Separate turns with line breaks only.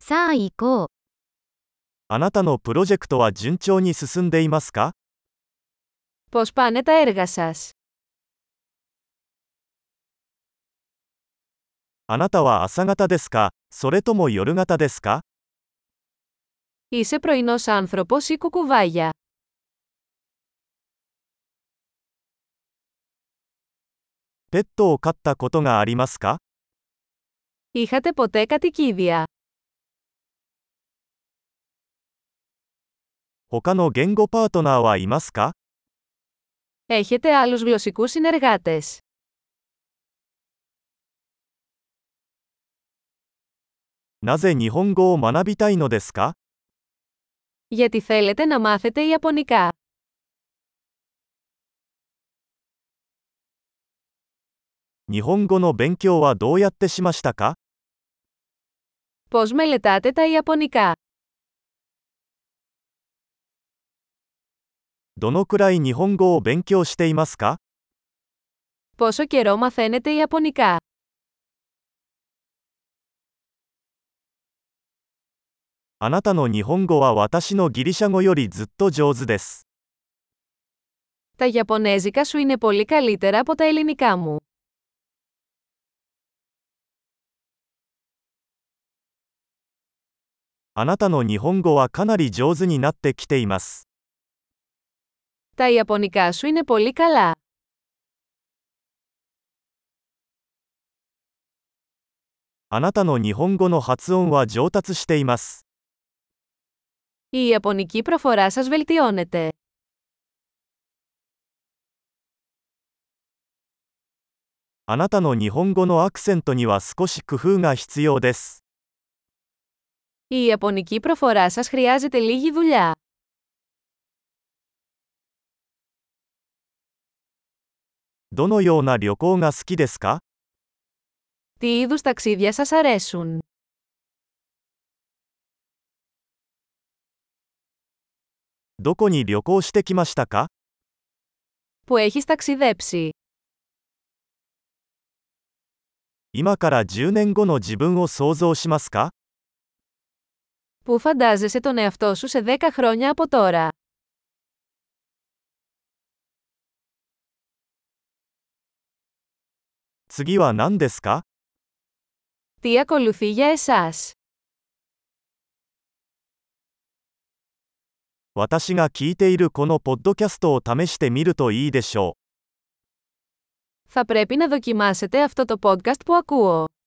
さあ行こう。
あなたのプロジェクトは順調に進んでいますか
Πώς πάνε τα έργα σας?
あなたは朝方ですかそれとも夜型ですか
Είσαι πρωινός άνθρωπος ή κουκουβάγια.
ペットを飼ったことがありますか
Είχατε ποτέ κατοικίδια.
他の言語パートナーはいますか
Έχετε άλλους γλωσσικούς συνεργάτες.
なぜ日本語を学びたいのですか
Γιατί θέλετε να μάθετε Ιαπωνικά.
日本語の勉強はどうやってしましたか
Πώς μελετάτε τα Ιαπωνικά.
どのくらい日本語を勉強していますか
Πόσο καιρό μαθαίνετε Ιαπωνικά.
あなたの日本語は私のギリシャ語よりずっと上手です。
Τα Ιαπωνέζικα σου είναι πολύ καλύτερα από τα ελληνικά μου.
あなたの日本語はかなり上手になってきています。
Τα Ιαπωνικά σου είναι πολύ καλά.
あなたの日本語の発音は上達しています。
Η Ιαπωνική προφορά σας βελτιώνεται.
あなたの日本語のアクセントには少し工夫が必要です。
Η Ιαπωνική προφορά σας χρειάζεται λίγη δουλειά.
どのような旅行が好きですか
Τι είδους ταξίδια σας αρέσουν.
どこに旅行してきましたか
Που έχεις ταξιδέψει.
今から10年後の自分を想像しますか
Πού φαντάζεσαι τον εαυτό σου σε 10 χρόνια από τώρα.
次は何ですか
Τι ακολουθεί για εσάς.
私が聞いているこのポッドキャストを試してみるといいでしょう。
Θα πρέπει να δοκιμάσετε αυτό το podcast που ακούω.